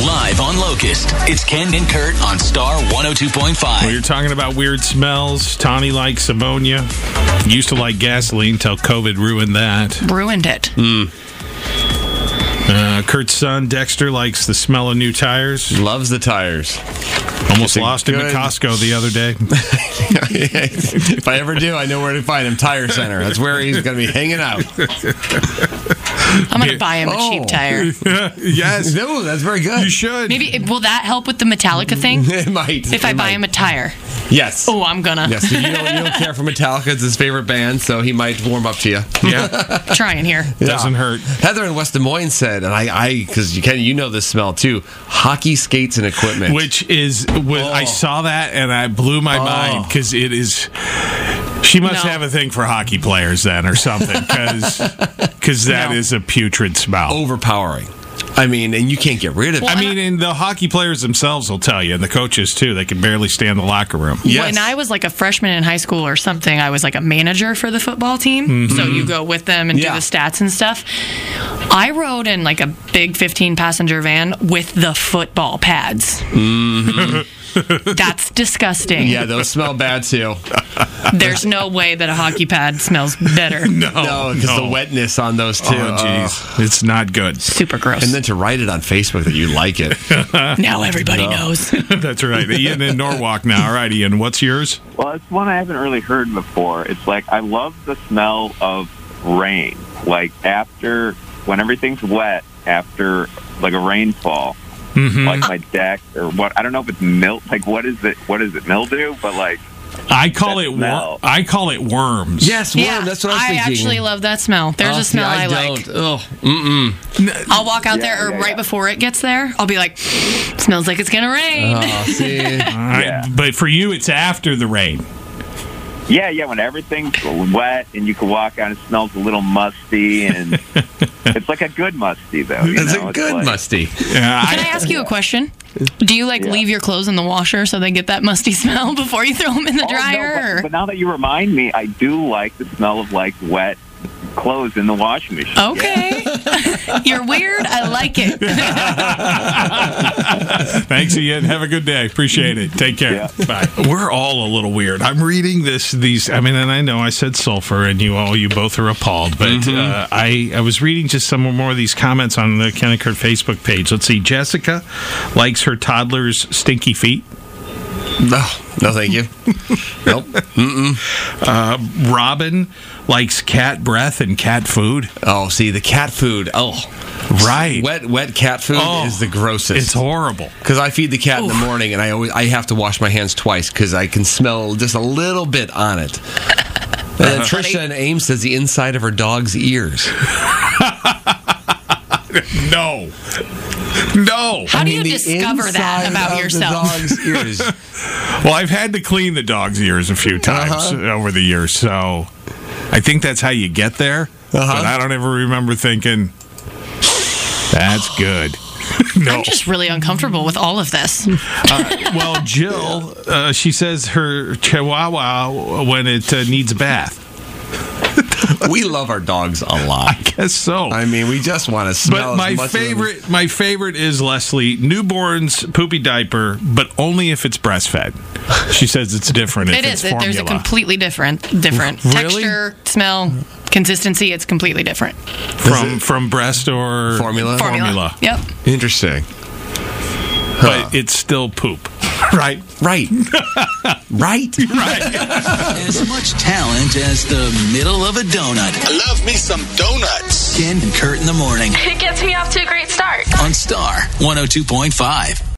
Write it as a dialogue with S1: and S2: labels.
S1: Live on Locust, it's Ken and Kurt on Star 102.5.
S2: We were talking about weird smells. Tommy likes ammonia. Used to like gasoline till COVID ruined that.
S3: Ruined it.
S4: Mm.
S2: Uh, Kurt's son Dexter likes the smell of new tires.
S4: Loves the tires.
S2: Almost
S4: It's a
S2: lost him at
S4: good-
S2: Costco the other day.
S4: if I ever do, I know where to find him. Tire Center. That's where he's going to be hanging out.
S3: I'm going to buy him a
S4: Oh.
S3: cheap tire.
S2: yes,
S4: No, that's very good.
S2: you should.
S3: Maybe will that help with the Metallica thing?
S4: Mm. It might.
S3: If I buy him a tire.
S4: Yes.
S3: Oh, I'm gonna.
S4: Yes. You don't, you don't care for Metallica. It's his favorite band, so he might warm up to you.
S2: Yeah,
S3: Trying here.
S2: doesn't hurt.
S4: Heather in West Des Moines said, and I, I, because you can, you know this smell too. Hockey skates and equipment.
S2: Which is, was, I
S4: Oh.
S2: saw that and I blew my mind because it is. She must
S3: No.
S2: have a thing for hockey players then, or something, because that
S3: No.
S2: is a putrid smell.
S4: overpowering. I mean, and you can't get rid of it.
S2: I mean, and the hockey players themselves will tell you, and the coaches too. They can barely stay in the locker room.
S4: Yes.
S3: When I was like a freshman in high school or something, I was like a manager for the football team. So you go with them and
S4: Mm-hmm. Yeah.
S3: do the stats and stuff. I rode in like a big 15 passenger van with the football pads. That's disgusting.
S4: Mm-hmm. Yeah, those smell bad too.
S3: There's no way that a hockey pad smells better.
S4: no, because the wetness on those too.
S2: Oh,
S5: Uh,
S2: jeez, it's not good.
S3: Super gross.
S4: And then to write it on Facebook that you like it.
S3: now everybody knows.
S2: That's right. Ian in Norwalk now. All right, Ian, what's yours?
S5: Well, it's one I haven't really heard before. It's like I love the smell of rain. Like after when everything's wet after like a rainfall,
S4: Mm-hmm.
S5: like my deck or what I don't know if it's milk. Like what is it? What is it mildew? But like
S2: I call
S5: That
S2: it wor-
S5: smell.
S2: I call it worms.
S4: yes, worm.
S3: yeah,
S4: that's what I was thinking.
S3: actually love that smell. There's
S4: Oh,
S3: a
S4: see,
S3: smell I, like.
S4: don't. Oh, mm-mm.
S3: I'll walk out there, or
S5: yeah,
S3: right
S5: yeah.
S3: before it gets there, I'll be like, "Smells like it's gonna rain."
S4: Oh, see.
S2: All right,
S5: Yeah.
S2: But for you, it's after the rain.
S5: yeah, yeah. When everything's wet and you can walk out, it smells a little musty, and it's like a good musty though. you
S4: That's
S5: know?
S4: a
S5: It's
S4: good
S5: like- oh,
S4: musty.
S2: Yeah,
S3: Can I ask you a question? Do you like
S5: Yeah.
S3: leave your clothes in the washer so they get that musty smell before you throw them in the
S5: Oh, no,
S3: dryer?
S5: but, but now that you remind me, I do like the smell of like wet clothes in the washing machine.
S3: okay, you're weird. I like it.
S2: Thanks, Ian. Have a good day. Appreciate it. Take care. Bye. We're all a little weird. I'm reading this. These. I mean, and I know I said sulfur, and you all, you both are appalled. But uh, I, I was reading just some more of these comments on the Ken and Kurt Facebook page. Let's see. Jessica likes her toddler's stinky feet.
S4: No, no, thank you. nope.
S2: Robin likes cat breath and cat food.
S4: Oh, see the cat food. Oh,
S2: Right.
S4: Wet, wet cat food
S2: Oh,
S4: is the grossest.
S2: It's horrible.
S4: Because I feed the cat in the morning, and I always I have to wash my hands twice because I can smell just a little bit on it. And
S3: Uh-huh.
S4: then Trisha and Ames says the inside of her dog's ears.
S2: No. No.
S3: How do
S4: I mean,
S3: you
S4: the
S3: discover
S4: inside
S3: that
S4: of
S3: about yourself?
S4: The dog's ears.
S2: Well, I've had to clean the dog's ears a few
S4: Uh-huh.
S2: times uh, over the years, so I think that's how you get there.
S4: Uh-huh.
S2: But I don't ever remember thinking that's good. no.
S3: I'm just really uncomfortable with all of this.
S2: Uh, well, Jill, uh, she says her Chihuahua when it uh, needs a bath.
S4: we love our dogs a lot.
S2: Guess so.
S4: I mean, we just want to
S2: but
S4: smell. as
S2: my
S4: much of them-
S2: favorite, my favorite is Leslie newborns poopy diaper, but only if it's breastfed. She says it's different. if
S3: It is.
S2: It's formula.
S3: There's a completely different, different
S2: Really?
S3: texture, smell, consistency. It's completely different.
S2: from from breast or
S4: Formula?
S2: formula.
S3: Yep.
S4: Interesting.
S2: but it's still poop. Right.
S4: Right. right.
S1: As much talent as the middle of a donut.
S6: I love me some donuts.
S1: Ken and Kurt in the morning oh
S7: It gets me off to a great start.
S1: on Star 102.5.